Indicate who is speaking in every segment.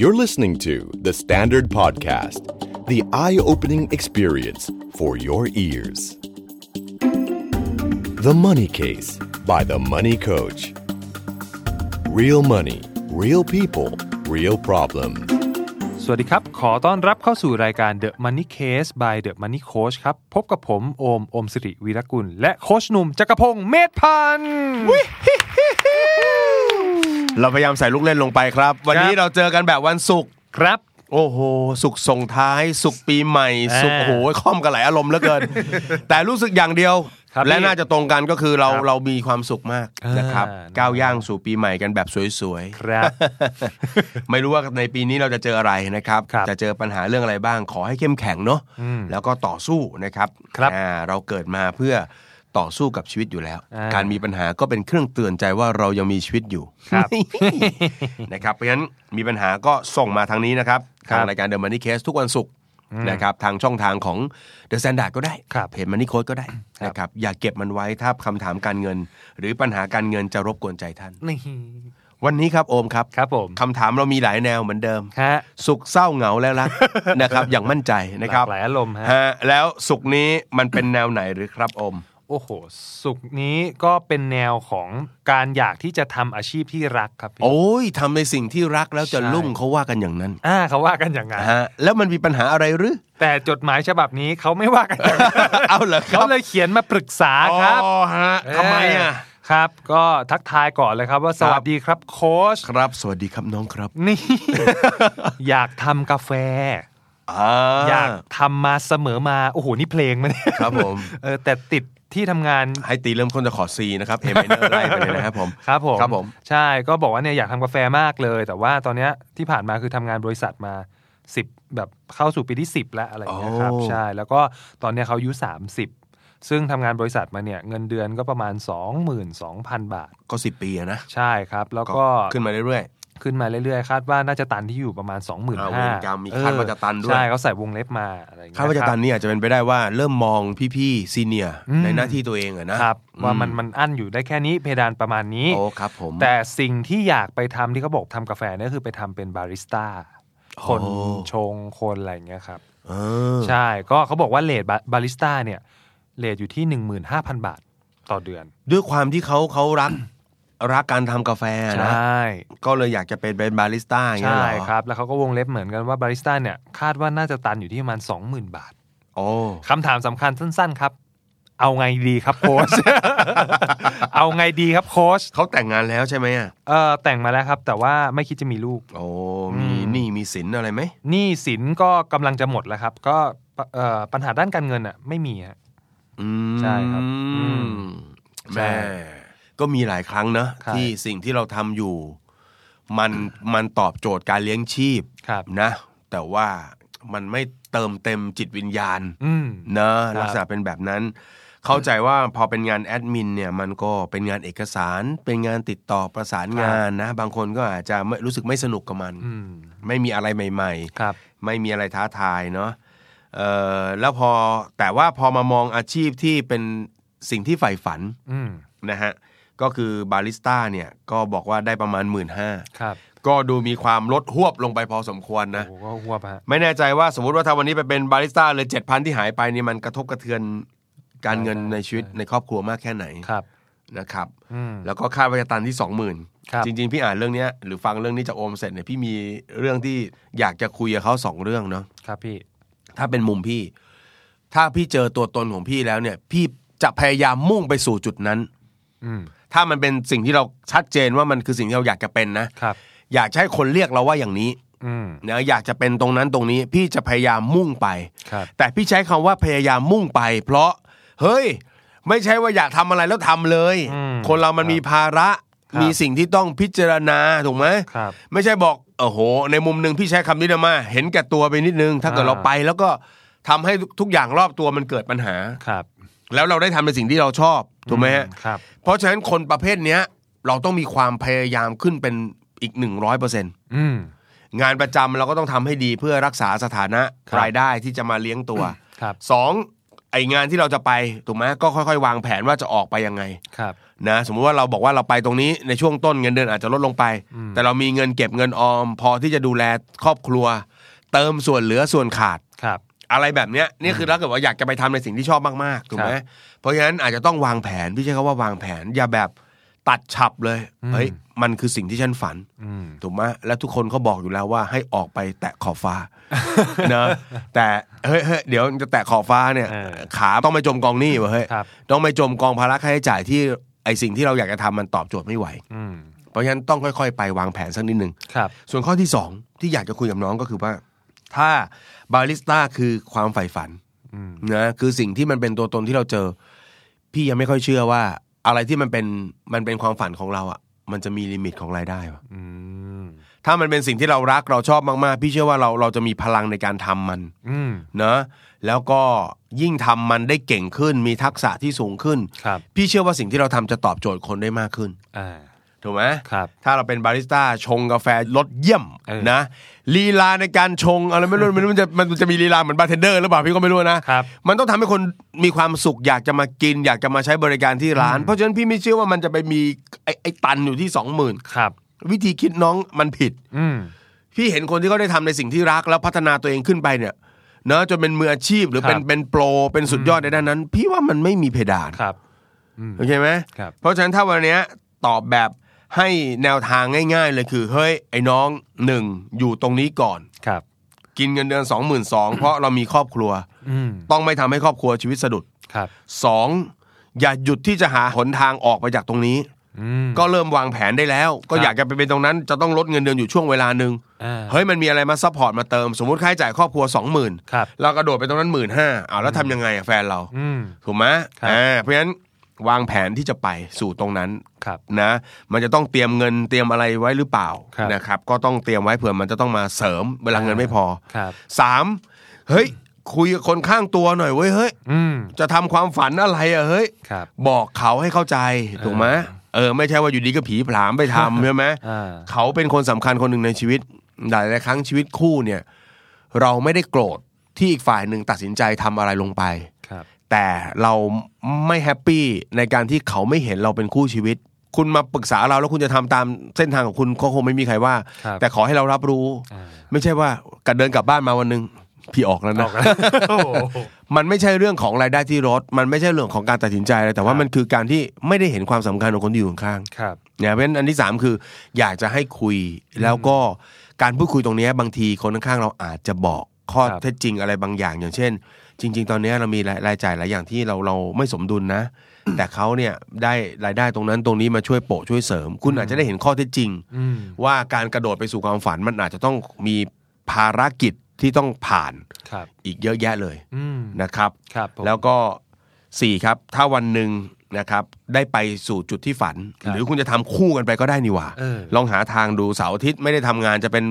Speaker 1: You're listening to The Standard Podcast, the eye opening experience for your ears. The Money Case by The Money Coach. Real money, real people, real problem.
Speaker 2: สวัสดีครับ ขอต้อนรับเข้าสู่รายการ The Money Case by The Money Coach ครับ พบกับผม โอม โอมสิริวีรกุล และโคชหนุ่มจักรพงศ์เมธพันธ์
Speaker 3: เราพยายามใส่ลูกเล่นลงไปครับ วัน
Speaker 2: ค
Speaker 3: นี้
Speaker 2: รับ
Speaker 3: เราเจอกันแบบวันศุกร์
Speaker 2: ครับ
Speaker 3: โอ้โหสุกร์ส่งท้ายสุกร์ปีใหม่ สุกร์
Speaker 2: อ่า
Speaker 3: โอ้โหคล่อมกันหลายอารมณ์เหลือ เกิน แต่รู้สึกอย่างเดียว
Speaker 2: ครับ
Speaker 3: และ
Speaker 2: พี่
Speaker 3: น่าจะตรงกันก็คือเรา
Speaker 2: ครับ
Speaker 3: เรามีความสุขมาก
Speaker 2: อ่าน
Speaker 3: นะครับ
Speaker 2: ะ
Speaker 3: ก้าวย่างสู่ปีใหม่กันแบบสวย
Speaker 2: ครับ
Speaker 3: ๆ ไม่รู้ว่าในปีนี้เราจะเจออะไรนะครับ
Speaker 2: ครับ
Speaker 3: จะเจอปัญหาเรื่องอะไรบ้าง ขอให้เข้มแข็งเนาะ
Speaker 2: อืม
Speaker 3: แล้วก็ต่อสู้นะครับ
Speaker 2: ครับ
Speaker 3: อ่าเราเกิดมาเพื่อต่อสู้กับชีวิตอยู่แล้ว
Speaker 2: อ่า
Speaker 3: การมีปัญหาก็เป็นเครื่องเตือนใจว่าเรายังมีชีวิตอยู่
Speaker 2: ครับ
Speaker 3: นะครับเพราะฉะนั้นมีปัญหาก็ส่งมาทางนี้นะครับ
Speaker 2: ครั
Speaker 3: ทา
Speaker 2: บ
Speaker 3: งรายการเด e m มันนี่เคสทุกวันศุกร์นะครับทางช่องทางของเดอะ t แ n นด r d ก็ได้
Speaker 2: ครับ
Speaker 3: เพจมันนี่โค้ดก็ได้นะครับอย่าเก็บมันไว้ถ้าคำถามการเงิน หรือปัญหาการเงินจะรบกวนใจท่าน
Speaker 2: นี่
Speaker 3: วันนี้ครับโอมครับ
Speaker 2: ครับผม
Speaker 3: คำถามเรามีหลายแนวเหมือนเดิม
Speaker 2: ฮะ
Speaker 3: สุขเศร้าเหงาและรัก นะครับอย่างมั่นใจนะครับ
Speaker 2: หลากหลายอารมณ์ฮะ
Speaker 3: ฮะแล้วสุขนี้มันเป็นแนวไหนหรือครับโอม
Speaker 2: โอ้โห สุขนี้ก็เป็นแนวของการอยากที่จะทำอาชีพที่รักครับพี่
Speaker 3: โอ้ยทำในสิ่งที่รักแล้วจะ
Speaker 2: ใช่
Speaker 3: ลุ่งเขาว่ากันอย่างนั้น
Speaker 2: อ่าเขาว่ากันอย่างนั้น
Speaker 3: ฮะแล้วมันมีปัญหาอะไรหรือ
Speaker 2: แต่จดหมายฉบับนี้เขาไม่ว่ากันอย่างนั้น
Speaker 3: เอาเหรอครับ
Speaker 2: เขาเลยเขียนมาปรึกษาครับ
Speaker 3: อ๋อฮะทำไมอ่ะ
Speaker 2: เครับ ก็ทักทายก่อนเลยครับว่าส
Speaker 3: ครับ
Speaker 2: วัสดีครับโค้ช
Speaker 3: ครับ สวัสดีครับน้องครับ
Speaker 2: นี่ อยากทำกาแฟ
Speaker 3: อ่า
Speaker 2: อยากทำมาเสมอมา โอ้โห นี่เพลงมันย
Speaker 3: ครับผม
Speaker 2: เออแต่ติดที่ทำงาน
Speaker 3: ให้ตีเริ่มต้นจะขอซีนะครับเอเมเนอร์ไล่ไปเลยนะครับผม
Speaker 2: ครับผม
Speaker 3: ครับผม
Speaker 2: ใช่ก็บอกว่าเนี่ยอยากทำกาแฟมากเลย แต่ว่าตอนเนี้ยที่ผ่านมาคือทำงานบริษัทมา 10 แบบเข้าสู่ปีที่ 10 แล้วอะไรอย่างเงี้ยครับ
Speaker 3: โอ้
Speaker 2: ใช่แล้วก็ตอนเนี้ยเขาอายุ30 ซึ่งทำงานบริษัทมาเนี่ยเงินเดือนก็ประมาณ 22,000 บาท
Speaker 3: ก็สิบปีอะนะ
Speaker 2: ใช่ครับ แล้วก็
Speaker 3: ขึ้นมาเรื่อย
Speaker 2: ขึ้นมาเรื่อยๆ คาดว่าน่าจะตันที่อยู่ประมาณ 2 5 0 0
Speaker 3: อ่า
Speaker 2: 0
Speaker 3: เวรกรรมมีคาดว่าจะตันด้วย
Speaker 2: ใช่เขาใส่วงเล็บมาอะไรอย่ง
Speaker 3: ๆ
Speaker 2: เงี้ย
Speaker 3: คาดว่าจะตันนี่อาจจะเป็นไปได้ว่าเริ่มมองพี่ๆซีเนียในหน้าที่ตัวเองอะนะครับ
Speaker 2: ว่ามัน
Speaker 3: อื
Speaker 2: มันอั้นอยู่ได้แค่นี้เพดานประมาณนี้
Speaker 3: โอ้ครับผม
Speaker 2: แต่สิ่งที่อยากไปทำที่เขาบอกทำกาแฟเนี่ยคือไปทำเป็นบาริสต้า คน
Speaker 3: โอ้
Speaker 2: ชงคนอะไรอย่างเงี้ยครับ
Speaker 3: เออ
Speaker 2: ใช่ก็เขาบอกว่าเลทบาบาริสต้าเนี่ยเลทอยู่ที่ 15,000 บาทต่อเดือน
Speaker 3: ด้วยความที่เขาเขารัก รักการทำกาแฟ
Speaker 2: ใช
Speaker 3: นะ
Speaker 2: ่
Speaker 3: ก็เลยอยากจะเป็นเป็นบาริสต้าอย่างเงี้ย
Speaker 2: ใช่
Speaker 3: เหรอ
Speaker 2: ครับ แล้วเขาก็วงเล็บเหมือนกันว่าบาริสต้าเนี่ยคาดว่าน่าจะตันอยู่ที่ประมาณ20,000 บาท
Speaker 3: โอ้
Speaker 2: คำถามสำคัญสั้นๆครับ เอาไงดีครับโค้ช เอาไงดีครับโค้ช
Speaker 3: เขาแต่งงานแล้วใช่ไหมอะ
Speaker 2: เอ่อแต่งมาแล้วครับ แต่ว่าไม่คิดจะมีลูก
Speaker 3: โอ้มีหนี้มีสินอะไรไหม
Speaker 2: หนี้สินก็กำลังจะหมดแล้วครับ ก็ปะเอ่อปัญหาด้านการเงินอ่ะไม่มีฮะ
Speaker 3: อืม
Speaker 2: ใช่ครับอืมใช่
Speaker 3: แม่ก็มีหลายครั้งนะครับ ที่สิ่งที่เราทำอยู่ มันมันตอบโจทย์การเลี้ยงชีพ
Speaker 2: ครับ
Speaker 3: นะ แต่ว่ามันไม่เติมเต็มจิตวิญญาณ
Speaker 2: อืม
Speaker 3: นะครับ ลักษณะเป็นแบบนั้น เข้าใจว่าพอเป็นงานแอดมินเนี่ยมันก็เป็นงานเอกสาร เป็นงานติดต่อประสานงานนะ บางคนก็อาจจะไม่รู้สึกไม่สนุกกับมัน
Speaker 2: อืม
Speaker 3: ไม่มีอะไรใหม่ ๆ
Speaker 2: ครับ
Speaker 3: ไม่มีอะไรท้าทายเนาะเอ่อแล้วพอแต่ว่าพอมามองอาชีพที่เป็นสิ่งที่ใฝ่ฝัน
Speaker 2: อืม
Speaker 3: นะฮะ ก็คือบาริสต้าเนี่ย ก็บอกว่าได้ประมาณ 1 5ื่น
Speaker 2: ครับ
Speaker 3: ก็ดูมีความลดหวบลงไปพอสมควรนะ
Speaker 2: โอ้โหก็หัวบฮะ
Speaker 3: ไม่แน่ใจว่าสมมติว่าถ้าวันนี้ไปเป็นบาริสต้าเลย 7,000 ที่หายไปนี่มันกระทบกระเทือนการเงิน
Speaker 2: ใช่
Speaker 3: ในชีวิต
Speaker 2: ใช่
Speaker 3: ในครอบครัวมากแค่ไหน
Speaker 2: ครับ
Speaker 3: นะครับ
Speaker 2: อืม
Speaker 3: แล้วก็คาดว่าจะตันที่ 20,000
Speaker 2: ครับ
Speaker 3: จริง ๆ พี่อ่านเรื่องเนี้ยหรือฟังเรื่องนี้จากโอมเสร็จเนี่ยพี่มีเรื่องที่อยากจะคุยกับเขาสองเรื่องเนาะ
Speaker 2: ครับพี่
Speaker 3: ถ้าเป็นมุมพี่ ถ้าพี่เจอตัวตนของพี่แล้วเนี่ย พี่จะพยายามมุ่งไปสู่จุดนั้น
Speaker 2: อืม
Speaker 3: ถ้ามันเป็นสิ่งที่เราชัดเจนว่ามันคือสิ่งที่เราอยากจะเป็นนะ
Speaker 2: ครับ
Speaker 3: อยากจะให้คนเรียกเราว่าอย่างนี้
Speaker 2: อืม
Speaker 3: นะอยากจะเป็นตรงนั้นตรงนี้ พี่จะพยายามมุ่งไป
Speaker 2: ครับ
Speaker 3: แต่พี่ใช้คำว่าพยายามมุ่งไป เพราะ เฮ้ย ไม่ใช่ว่าอยากทำอะไรแล้วทำเลย
Speaker 2: อืม
Speaker 3: คนเรามันมีภาระ
Speaker 2: ครับ
Speaker 3: มีสิ่งที่ต้องพิจารณาถูกไหม
Speaker 2: ครับ
Speaker 3: ไม่ใช่บอกโอ้โห ในมุมหนึ่งพี่ใช้คำนี้นะมา เห็นแก่ตัวไปนิดนึง ถ้าเกิด
Speaker 2: อ่า
Speaker 3: เราไปแล้วก็ทำให้ทุกอย่างรอบตัวมันเกิดปัญหา
Speaker 2: ครับ
Speaker 3: แล้วเราได้ทำในสิ่งที่เราชอบถูกไหมฮะ
Speaker 2: อืครับ
Speaker 3: เพราะฉะนั้นคนประเภทเนี้ย เราต้องมีความพยายามขึ้นเป็นอีกหนึ่งร้อยเปอร์เซ็น
Speaker 2: อืม
Speaker 3: งานประจำเราก็ต้องทำให้ดีเพื่อรักษาสถานะครับ รายได้ที่จะมาเลี้ยงตัว
Speaker 2: ครับ
Speaker 3: สองไอ ไองานที่เราจะไปถูกไหมก็ค่อยๆ วางแผนว่าจะออกไปยังไง
Speaker 2: ครับ
Speaker 3: นะสมมุติว่าเราบอกว่าเราไปตรงนี้ในช่วงต้นเงินเดือนอาจจะลดลงไป
Speaker 2: อืม
Speaker 3: แต่เรามีเงินเก็บเงินออม พอที่จะดูแลครอบครัว เติมส่วนเหลือส่วนขาด
Speaker 2: ครับ
Speaker 3: อะไรแบบเนี้ยนี่คือถ้าเกิดว่าอยากจะไปทำในสิ่งที่ชอบมากๆถูกไหม
Speaker 2: ครับ
Speaker 3: เพราะฉะนั้นอาจจะต้องวางแผนพี่ใช้คำว่าวางแผน อย่าแบบตัดฉับเลย
Speaker 2: อืม
Speaker 3: เฮ้ยมันคือสิ่งที่ฉันฝัน
Speaker 2: อืม
Speaker 3: ถูกไหมแล้วทุกคนเขาบอกอยู่แล้วว่าให้ออกไปแตะขอบฟ้า นะแต่เฮ้ยเฮ้ยเดี๋ยวจะแตะขอบฟ้าเนี่ย
Speaker 2: เออ
Speaker 3: ขาต้องไม่จมกองหนี้วะเฮ้ย
Speaker 2: ครับ
Speaker 3: ต้องไม่จมกองภาระค่าใช้จ่ายที่ไอสิ่งที่เราอยากจะทำมันตอบโจทย์ไม่ไหว
Speaker 2: อืม
Speaker 3: เพราะฉะนั้นต้องค่อยๆ ไปวางแผนสักนิดหนึ่ง
Speaker 2: ครับ
Speaker 3: ส่วนข้อที่ 2 ที่อยากจะคุยกับน้องก็คือว่า ถ้าบาริสต้าคือความใฝ่ฝัน
Speaker 2: อืม
Speaker 3: นะคือสิ่งที่มันเป็นตัวตนที่เราเจอ พี่ยังไม่ค่อยเชื่อว่า อะไรที่มันเป็นมันเป็นความฝันของเราอ่ะมันจะมีลิมิตของรายได้วะ
Speaker 2: อืม
Speaker 3: ถ้ามันเป็นสิ่งที่เรารักเราชอบมากๆ พี่เชื่อว่าเราเราจะมีพลังในการทำมัน
Speaker 2: อืม
Speaker 3: นะแล้วก็ยิ่งทำมันได้เก่งขึ้น มีทักษะที่สูงขึ้น
Speaker 2: ครับ
Speaker 3: พี่เชื่อว่าสิ่งที่เราทำจะตอบโจทย์คนได้มากขึ้น
Speaker 2: อ่า
Speaker 3: ถูกไหม
Speaker 2: ครับ
Speaker 3: ถ้าเราเป็นบาริสต้าชงกาแฟรสเยี่ยม
Speaker 2: เออ
Speaker 3: นะลีลาในการชงอะไรไม่รู้ ไม่รู้มันจะมันจะมีลีลาเหมือนบาร์เทนเดอร์หรือเปล่าพี่ก็ไม่รู้นะครับ มันต้องทำให้คนมีความสุขอยากจะมากิน อยากจะมาใช้บริการที่ร้าน เพราะฉะนั้นพี่ไม่เชื่อว่ามันจะไปมีไอ้ไอ้ตันอยู่ที่สองหมื่น
Speaker 2: ครับ
Speaker 3: วิธีคิดน้องมันผิด
Speaker 2: อืม
Speaker 3: พี่เห็นคนที่เขาได้ทำในสิ่งที่รักแล้วพัฒนาตัวเองขึ้นไปเนี่ยเนอะจนเป็นมืออาชีพหรือเป็น
Speaker 2: ครับ
Speaker 3: เป็นโปรเป็นสุดยอดในด้านนั้น พี่ว่ามันไม่มีเพดาน
Speaker 2: ครับอืม
Speaker 3: โอเคไหม
Speaker 2: ครับ
Speaker 3: เพราะฉะนั้นถ้าวันเนี้ยตอบแบบให้แนวทางง่าย ๆ เลยคือเฮ้ยไอ้น้องหนึ่งอยู่ตรงนี้ก่อน
Speaker 2: ครับ
Speaker 3: กินเงินเดือน2 2 0 0 0เพราะเรามีครอบครัว
Speaker 2: อืม
Speaker 3: ต้องไม่ทำให้ครอบครัวชีวิตสะดุด
Speaker 2: ครับ
Speaker 3: สองอย่าหยุดที่จะหาหนทางออกไปจากตรงนี้
Speaker 2: อืม
Speaker 3: ก็เริ่มวางแผนได้แล้ว ก็
Speaker 2: ครับ
Speaker 3: อยากจะไปเป็นตรงนั้นจะต้องลดเงินเดือนอยู่ช่วงเวลาหนึ่ง
Speaker 2: อ่า
Speaker 3: เฮ้ยมันมีอะไรมาซัพพอร์ตมาเติมสมมติค่าใช้จ่ายครอบครัวสองหมื่น
Speaker 2: ครับ
Speaker 3: เรากระโดดไปตรงนั้นหมื่นห้าเอาแล้วทำยังไงอะแฟนเรา
Speaker 2: อืม
Speaker 3: ถูกไหม
Speaker 2: ครับ
Speaker 3: อ่าเพราะฉะนั้นวางแผนที่จะไปสู่ตรงนั้น
Speaker 2: ครับ
Speaker 3: นะ มันจะต้องเตรียมเงินเตรียมอะไรไว้หรือเปล่า
Speaker 2: ครับ
Speaker 3: นะครับ ก็ต้องเตรียมไว้เผื่อมันจะต้องมาเสริมเวลาเงินไม่พอ
Speaker 2: ครับ
Speaker 3: สามเฮ้ย คุยกับคนข้างตัวหน่อยเว้ยเฮ้ย
Speaker 2: อืม
Speaker 3: จะทำความฝันอะไรอะเฮ้ย
Speaker 2: ครับ
Speaker 3: บอกเขาให้เข้าใจถูกไหมเออ ไม่ใช่ว่าอยู่ดีก็ผีผลามไป ทำใช่ไหม
Speaker 2: อ่า
Speaker 3: เขาเป็นคนสำคัญคนหนึ่งในชีวิต หลายหลายๆครั้งชีวิตคู่เนี่ย เราไม่ได้โกรธที่อีกฝ่ายหนึ่งตัดสินใจทำอะไรลงไป
Speaker 2: ครับ
Speaker 3: แต่เราไม่แฮปปี้ในการที่เขาไม่เห็นเราเป็นคู่ชีวิต คุณมาปรึกษาเราแล้วคุณจะทำตามเส้นทางของคุณก็คงไม่มีใครว่า
Speaker 2: ครับ
Speaker 3: แต่ขอให้เรารับรู้
Speaker 2: อ่า
Speaker 3: ไม่ใช่ว่ากลับเดินกลับบ้านมาวันหนึงพี่ออกแล้ว
Speaker 2: อ
Speaker 3: นะ
Speaker 2: อกแล้วโอ้โห
Speaker 3: มันไม่ใช่เรื่องของรายได้ที่ลดมันไม่ใช่เรื่องของการตัดสินใจอะไรแต่
Speaker 2: ค
Speaker 3: ว่า
Speaker 2: รับ
Speaker 3: มันคือการที่ไม่ได้เห็นความสำคัญของคนที่อยู่ข้างๆ
Speaker 2: ครับ
Speaker 3: เนี่ยเพราะฉะนั้นอันที่สามคืออยากจะให้คุยแล้วก็การพูดคุยตรงเนี้ยบางทีคนข้างๆเราอาจจะบอกข้อ
Speaker 2: ครับ
Speaker 3: เท็จจริงอะไรบางอย่างอย่างเช่น จริง ๆ ตอนเนี้ยเรามีรายรายจ่ายหลายอย่างที่เราเราไม่สมดุลนะ แต่เขาเนี่ยได้รายได้ตรงนั้นตรงนี้มาช่วยโปะช่วยเสริม คุณอาจจะได้เห็นข้อเท็จจริง
Speaker 2: อืม
Speaker 3: ว่าการกระโดดไปสู่ความฝันมันอาจจะต้องมีภารกิจที่ต้องผ่าน
Speaker 2: ครับ
Speaker 3: อีกเยอะแยะเลย
Speaker 2: อืม
Speaker 3: นะครับ
Speaker 2: ครับผม
Speaker 3: แล้วก็สี่ครับถ้าวันหนึ่งนะครับได้ไปสู่จุดที่ฝัน
Speaker 2: ครับ
Speaker 3: หรือคุณจะทำคู่กันไปก็ได้นี่หว่า
Speaker 2: เออ
Speaker 3: ลองหาทางดูเสาร์อาทิตย์ไม่ได้ทำงานจะเป็น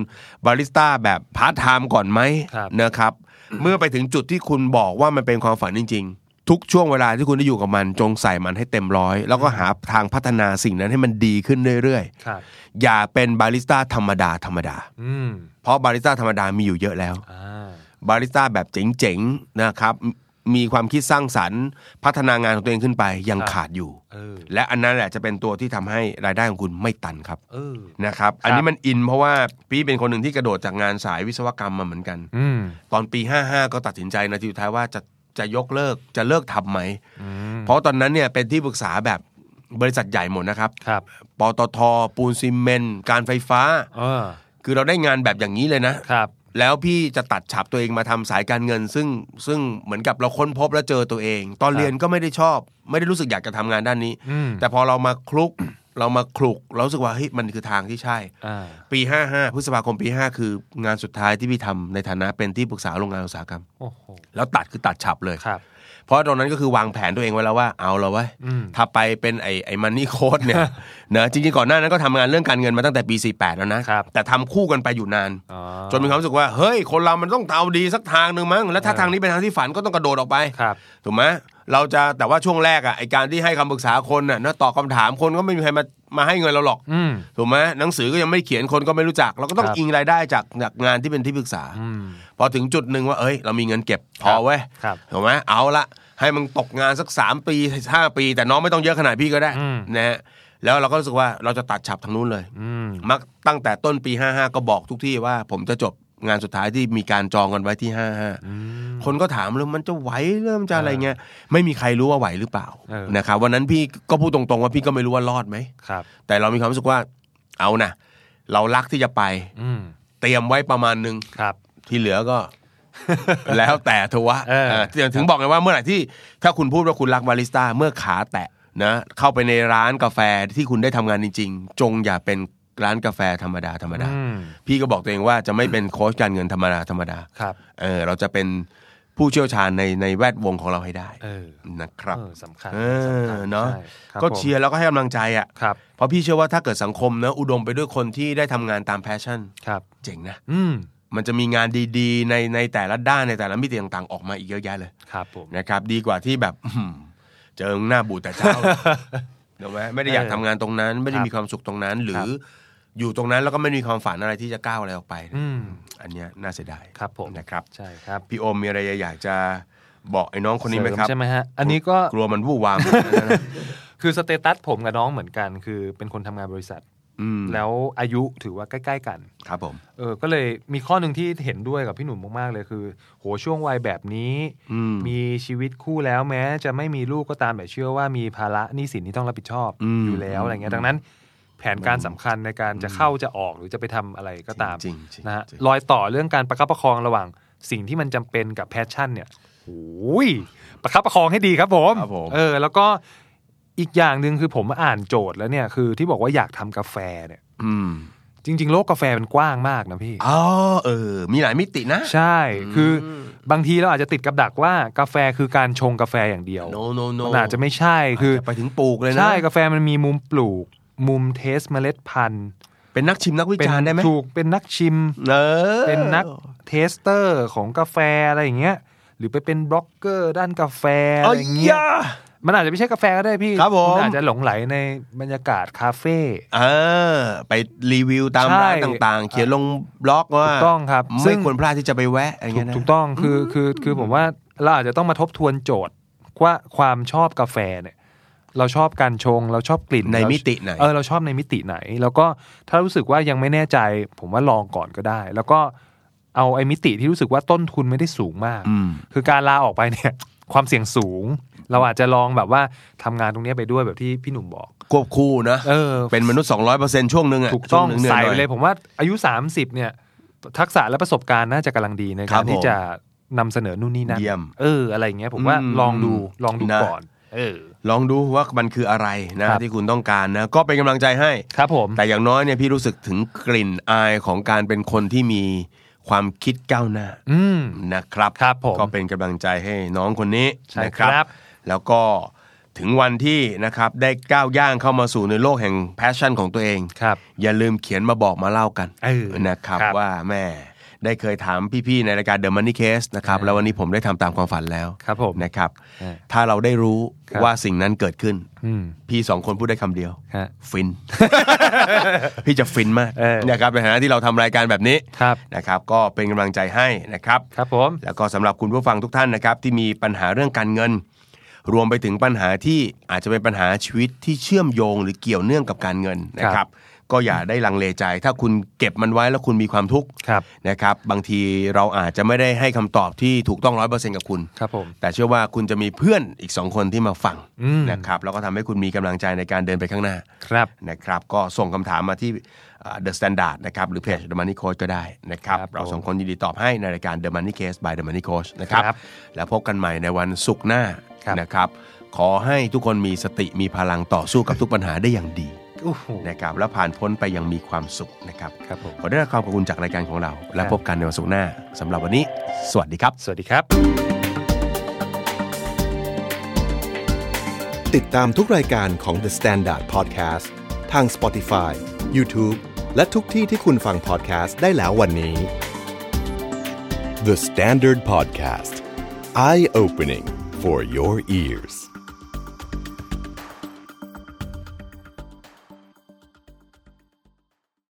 Speaker 3: บาริสต้าแบบพาร์ทไทม์ก่อนไหม
Speaker 2: ครับ
Speaker 3: นะครับ เมื่อไปถึงจุดที่คุณบอกว่ามันเป็นความฝันจริง ๆ ทุกช่วงเวลาที่คุณได้อยู่กับมันจงใส่มันให้เต็มร้อย แล้วก็หาทางพัฒนาสิ่งนั้นให้มันดีขึ้นเรื่อย
Speaker 2: ครับ
Speaker 3: ๆ อย่าเป็นบาริสต้าธรรมดาธรรมดา
Speaker 2: อืม
Speaker 3: เพราะบาริสต้าธรรมดามีอยู่เยอะแล้ว
Speaker 2: อ่า
Speaker 3: บาริสต้าแบบเจ๋งๆนะครับมมีความคิดสร้างสรรค์ พัฒนางานของตัวเองขึ้นไปยัง
Speaker 2: ครับ
Speaker 3: ขาดอยู่
Speaker 2: เออ
Speaker 3: และอันนั้นแหละจะเป็นตัวที่ทำให้รายได้ของคุณไม่ตันครับ
Speaker 2: เออ
Speaker 3: นะครับ อันนี้มันอินเพราะว่าพี่เป็นคนหนึ่งที่กระโดดจากงานสายวิศวกรรมมาเหมือนกัน
Speaker 2: อืม
Speaker 3: ตอนปี 55 ก็ตัดสินใจนาทีสุดท้ายว่าจะจะยกเลิกจะเลิกทำไหม
Speaker 2: อืม
Speaker 3: เพราะตอนนั้นเนี่ยเป็นที่ปรึกษาแบบบริษัทใหญ่หมดนะครับ
Speaker 2: ครับ
Speaker 3: ปตทปูนซีเมนต์การไฟฟ้า
Speaker 2: เออ
Speaker 3: คือเราได้งานแบบอย่างนี้เลยนะ
Speaker 2: ครับ
Speaker 3: แล้วพี่จะตัดฉับตัวเองมาทำสายการเงิน ซึ่งซึ่งเหมือนกับเราค้นพบและเจอตัวเอง ตอนเรียนก็ไม่ได้ชอบ ไม่ได้รู้สึกอยากจะทำงานด้านนี้
Speaker 2: อืม
Speaker 3: แต่พอเรามาคลุก เรามาคลุกเรารู้สึกว่าเฮ้ยมันคือทางที่ใช่
Speaker 2: อ่า
Speaker 3: ปี 55 พฤษภาคมปี 5 คืองานสุดท้ายที่พี่ทำในฐานะเป็นที่ปรึกษาโรงงานอุตสาหกรรม
Speaker 2: โอ้โห
Speaker 3: แล้วตัดคือตัดฉับเลย
Speaker 2: ครับ
Speaker 3: เพราะตอนนั้นก็คือวางแผนตัวเองไว้แล้วว่าเอาเราไว้ย
Speaker 2: อืม
Speaker 3: ถ้าไปเป็นไอ้ไอ้มันนี่โค้ดเนี่ย เนอะจริงๆก่อนหน้านั้นก็ทำงานเรื่องการเงินมาตั้งแต่ปี 48 แล้วนะครับ แต่ทำคู่กันไปอยู่นาน
Speaker 2: อ๋อ
Speaker 3: จนมีความรู้สึกว่าเฮ้ย คนเรามันต้องเอาดีสักทางหนึ่งมั้งแล้วถ้า
Speaker 2: เออ
Speaker 3: ทางนี้เป็นทางที่ฝันก็ต้องกระโดดออกไป
Speaker 2: ครับ
Speaker 3: ถูกไหมเราจะแต่ว่าช่วงแรกอ่ะไอการที่ให้คำปรึกษาคนน่ะนะตอบคำถามคนก็ไม่มีใครมามาให้เงินเราหรอก
Speaker 2: อืม
Speaker 3: ถูกไหมหนังสือก็ยังไม่ได้เขียนคนก็ไม่รู้จัก เราก็ต้อง
Speaker 2: ครับ
Speaker 3: อิงรายได้จากจากงานที่เป็นที่ปรึกษา
Speaker 2: อืม
Speaker 3: พอถึงจุดหนึ่งว่าเอ้ย เรามีเงินเก็บพอเว้ย
Speaker 2: ครับ
Speaker 3: ถูกไหมเอาละ ให้มันตกงานสักสามปีห้าปี แต่น้องไม่ต้องเยอะขนาดพี่ก็ได้
Speaker 2: อืม
Speaker 3: นะฮะแล้วเราก็รู้สึกว่าเราจะตัดฉับทางนู้นเลย
Speaker 2: อืม
Speaker 3: มักตั้งแต่ต้นปี 55 ก็บอกทุกที่ว่า ผมจะจบงานสุดท้ายที่มีการจองกันไว้ที่ 55 คนก็ถามเริ่มมันจะไหวเริ่มจะอะไรเงี้ยไม่มีใครรู้ว่าไหวหรือเปล่า
Speaker 2: เออ
Speaker 3: นะครับวันนั้นพี่ก็พูดตรงๆว่าพี่ก็ไม่รู้ว่ารอดไหม
Speaker 2: ครับ
Speaker 3: แต่เรามีความรู้สึกว่าเอานะเรารักที่จะไป
Speaker 2: อืม
Speaker 3: เตรียมไว้ประมาณหนึง
Speaker 2: ครับ
Speaker 3: ที่เหลือ ก็ แล้วแต่เถอะวะ
Speaker 2: เออ
Speaker 3: เออถึงบอกไงว่าเมื่อไหร่ที่ถ้าคุณพูดว่าคุณรักบาริสต้าเมื่อขาแตะนะ เข้าไปในร้านกาแฟที่คุณได้ทำงานจริง ๆ จงอย่าเป็นร้านกาแฟธรรมดาธรรมดา
Speaker 2: อืม
Speaker 3: พี่ก็บอกตัวเองว่าจะไม่เป็นโค้ชการเงินธรรมดาธรรมดา
Speaker 2: ครับ
Speaker 3: เออเราจะเป็นผู้เชี่ยวชาญในในแวดวงของเราให้ได้
Speaker 2: เออ
Speaker 3: นะครับ
Speaker 2: เออสำคัญ
Speaker 3: เอ
Speaker 2: สำคัญ
Speaker 3: อเนาะ
Speaker 2: ใช่ครับ
Speaker 3: ก็
Speaker 2: ผม
Speaker 3: เชียร์แล้วก็ให้กำลังใจอ่ะ
Speaker 2: ครับ
Speaker 3: เพราะพี่เชื่อว่าถ้าเกิดสังคมนะอุดมไปด้วยคนที่ได้ทำงานตามแพชชั่น
Speaker 2: ครับ
Speaker 3: เจ๋งนะ
Speaker 2: อืม
Speaker 3: มันจะมีงานดีๆ ในในแต่ละด้านในแต่ละมิติต่างๆ ออกมาอีกเยอะแยะเลย
Speaker 2: ครับผม
Speaker 3: นะครับ ดีกว่าที่แบบอื้อหือเจอหน้าบูดแต่เช้า เดี๋ยวไหมไม่ได้อยาก
Speaker 2: เออ
Speaker 3: ทำงานตรงนั้น ไม่ได้มีความสุขตรงนั้น หรื
Speaker 2: ครั
Speaker 3: อบ อยู่ตรงนั้นแล้วก็ไม่มีความฝันอะไรที่จะก้าวอะไรออกไป
Speaker 2: อืม
Speaker 3: อันเนี้ยน่าเสียดาย
Speaker 2: ครับผม
Speaker 3: นะครับ
Speaker 2: ใช่ครับ
Speaker 3: พี่โอมมีอะไรอยากจะบอกไอ้น้องคนนี้ไหม
Speaker 2: เส
Speaker 3: ครับ
Speaker 2: ใช่ไหมฮะอันนี้ก็
Speaker 3: กลัวมันวู่ วาม
Speaker 2: คือสเตตัสผมกับน้องเหมือนกัน คือเป็นคนทำงานบริษัท
Speaker 3: อืม
Speaker 2: แล้วอายุถือว่าใกล้ ๆ กัน
Speaker 3: ครับผม
Speaker 2: เออ ก็เลยมีข้อหนึ่งที่เห็นด้วยกับพี่หนุ่มมาก ๆ เลยคือ โห ช่วงวัยแบบนี้
Speaker 3: อืม
Speaker 2: มีชีวิตคู่แล้วแม้ จะไม่มีลูกก็ตามแต่เชื่อว่ามีภาระหนี้สินที่ต้องรับผิดชอบอยู่แล้วอะไรเงี้ย ดังนั้น แผนการสำคัญในการจะเข้าจะออกหรือจะไปทำอะไรก็ตาม
Speaker 3: จริงๆจริงๆ
Speaker 2: นะฮะ
Speaker 3: จริง
Speaker 2: รอยต่อเรื่องการประคับประคองระหว่างสิ่งที่มันจำเป็นกับแพชชั่นเนี่ยโอ้ยประคับประคองให้ดีครับผม
Speaker 3: ครับผม
Speaker 2: เออ แล้วก็อีกอย่างหนึ่งคือผมอ่านโจทย์แล้วเนี่ยคือที่บอกว่าอยากทำกาแฟเนี่ย
Speaker 3: อืม
Speaker 2: จริง ๆ โลกกาแฟมันกว้างมากนะพี่
Speaker 3: อ๋อเออ มีหลายมิตินะ
Speaker 2: ใช่ คือบางทีเราอาจจะติดกับดักว่ากาแฟคือการชงกาแฟอย่างเดียว
Speaker 3: no no no
Speaker 2: มันอาจจะไม่ใช่คือ
Speaker 3: อาจจะไปถึงปลูกเลยนะ
Speaker 2: ใช่กาแฟมันมีมุมปลูก มุมเทสเมล็ดพันธุ์
Speaker 3: เป็นนักชิมนักวิ
Speaker 2: เป็น
Speaker 3: จารณ์ได้ไหม
Speaker 2: ถูกเป็นนักชิม
Speaker 3: เออ
Speaker 2: เป็นนักเทสเตอร์ของกาแฟอะไรอย่างเงี้ย หรือไปเป็นบล็อกเกอร์ด้านกาแฟอะ
Speaker 3: เอ้
Speaker 2: ไร
Speaker 3: ย
Speaker 2: อย่างเงี้ย
Speaker 3: ยะ
Speaker 2: มันอาจจะไม่ใช่กาแฟก็ได้พี่
Speaker 3: ครับผม
Speaker 2: นอาจจะหลงไหลในบรรยากาศคาเฟ่
Speaker 3: เออ ไปรีวิวตาม
Speaker 2: ใช่
Speaker 3: ร้านต่างๆ เขียนลงบล็อกว่า
Speaker 2: ถูกต้องครับซึ่
Speaker 3: ไม่
Speaker 2: ง
Speaker 3: ควรพลาดที่จะไปแวะอะไร
Speaker 2: ถู
Speaker 3: เงี้
Speaker 2: ก
Speaker 3: ยนะ
Speaker 2: ถูกต้องคือคือคือผมว่าเราอาจจะต้องมาทบทวนโจทย์ว่าความชอบกาแฟเนี่ยเราชอบการชงเราชอบกลิ่น
Speaker 3: ใน
Speaker 2: เรา
Speaker 3: มิติไหน
Speaker 2: เออเราชอบในมิติไหน แล้วก็ถ้ารู้สึกว่ายังไม่แน่ใจ ผมว่าลองก่อนก็ได้ แล้วก็เอาไอ้มิติที่รู้สึกว่าต้นทุนไม่ได้สูงมาก
Speaker 3: อืม
Speaker 2: คือการลาออกไปเนี่ย ความเสี่ยงสูง เราอาจจะลองแบบว่าทำงานตรงเนี้ยไปด้วยแบบที่พี่หนุ่มบอก
Speaker 3: ควบคู่นะ
Speaker 2: เออ
Speaker 3: เป็นมนุษย์ 200%ช่วงหนึงอ่ะ
Speaker 2: ถูกต้อง
Speaker 3: ช่วหนึ่เหนื่
Speaker 2: ใส่
Speaker 3: ห
Speaker 2: ไป
Speaker 3: น่อ
Speaker 2: เลยผมว่าอายุ 30 เนี่ย ทักษะและประสบการณ์น่าจะกำลังดีใน
Speaker 3: ครั
Speaker 2: การ
Speaker 3: บ
Speaker 2: ที่
Speaker 3: ผม
Speaker 2: จะนำเสนอนู่นนี่นั่น
Speaker 3: เยี่ยม
Speaker 2: เออ อะไรอย่างเงี้ยผมว่า
Speaker 3: อืม
Speaker 2: ลองดูลองดู
Speaker 3: นะ
Speaker 2: ก่อน เออ
Speaker 3: ลองดูว่ามันคืออะไรนะ
Speaker 2: ครับ
Speaker 3: ที่คุณต้องการนะ ก็เป็นกำลังใจให้
Speaker 2: ครับผม
Speaker 3: แต่อย่างน้อยเนี่ยพี่รู้สึกถึงกลิ่นอายของการเป็นคนที่มีความคิดก้าวหน้า
Speaker 2: อืม
Speaker 3: นะครับ
Speaker 2: ครับผม
Speaker 3: ก็เป็นกำลังใจให้น้องคนนี้
Speaker 2: ใช่
Speaker 3: นะค
Speaker 2: ครั
Speaker 3: รับ บ แล้วก็ถึงวันที่นะครับได้ก้าวย่างเข้ามาสู่ในโลกแห่งแพชชั่นของตัวเอง
Speaker 2: ครับ
Speaker 3: อย่าลืมเขียนมาบอกมาเล่ากัน
Speaker 2: เออ
Speaker 3: นะครับ
Speaker 2: ครับ
Speaker 3: ว่าแม่ได้เคยถามพี่ๆในรายการ The Money Case นะครับแล้ววันนี้ผมได้ทำตามความฝันแล้ว
Speaker 2: ครับผม
Speaker 3: นะครับ
Speaker 2: เออ
Speaker 3: ถ้าเราได้รู้
Speaker 2: ครับ
Speaker 3: ว่าสิ่งนั้นเกิดขึ้น
Speaker 2: อืม
Speaker 3: พี่สองคนพูดได้คำเดียว
Speaker 2: ฮะ
Speaker 3: ฟิ น พี่จะฟินมาก
Speaker 2: เออ
Speaker 3: นะครับในฐานะที่เราทำรายการแบบนี้
Speaker 2: ครับ
Speaker 3: นะครับ ก็เป็นกำลังใจให้นะครับ
Speaker 2: ครับผม
Speaker 3: แล้วก็สำหรับคุณผู้ฟังทุกท่านนะครับ ที่มีปัญหาเรื่องการเงิน รวมไปถึงปัญหาที่อาจจะเป็นปัญหาชีวิตที่เชื่อมโยงหรือเกี่ยวเนื่องกับการเงินนะค
Speaker 2: ครั
Speaker 3: รับ
Speaker 2: บ
Speaker 3: ก็อย่าได้ลังเลใจ ถ้าคุณเก็บมันไว้แล้วคุณมีความทุกข์
Speaker 2: ครับ
Speaker 3: นะครับ บางทีเราอาจจะไม่ได้ให้คำตอบที่ถูกต้องร้อยเปอร์เซ็นต์กับคุณ
Speaker 2: ครับผม
Speaker 3: แต่เชื่อว่าคุณจะมีเพื่อนอีกสองคนที่มาฟัง
Speaker 2: อืม
Speaker 3: นะครับแล้วก็ทำให้คุณมีกำลังใจในการเดินไปข้างหน้า
Speaker 2: ครับ
Speaker 3: นะครับก็ส่งคำถามมาที่เอ่อ The Standard นะครับหรือเพจ The Money Coach ก็ได้นะครับ
Speaker 2: ครับ
Speaker 3: เราสองคนยินดีตอบให้ในรายการ The Money Case by The Money Coach นะครับ
Speaker 2: ครับ
Speaker 3: แล้วพบกันใหม่ในวันศุกร์หน้า
Speaker 2: ครับ
Speaker 3: นะครับ ขอให้ทุกคนมีสติมีพลังต่อสู้กับทุกปัญหาได้อย่างดี
Speaker 2: โอ้โห
Speaker 3: นะครับ และผ่านพ้นไปอย่างมีความสุขนะครับ
Speaker 2: ครับผม
Speaker 3: ขอได้รับความขอบคุณจากรายการของเรา และ
Speaker 2: ครับ
Speaker 3: พบกันในวันศุกร์หน้าสำหรับวันนี้ สวัสดีครับ
Speaker 2: สวัสดีครับ
Speaker 1: ติดตามทุกรายการของ The Standard Podcast ทาง Spotify, YouTube และทุกที่ที่คุณฟัง podcast ได้แล้ววันนี้ The Standard Podcast Eye Opening for Your Ears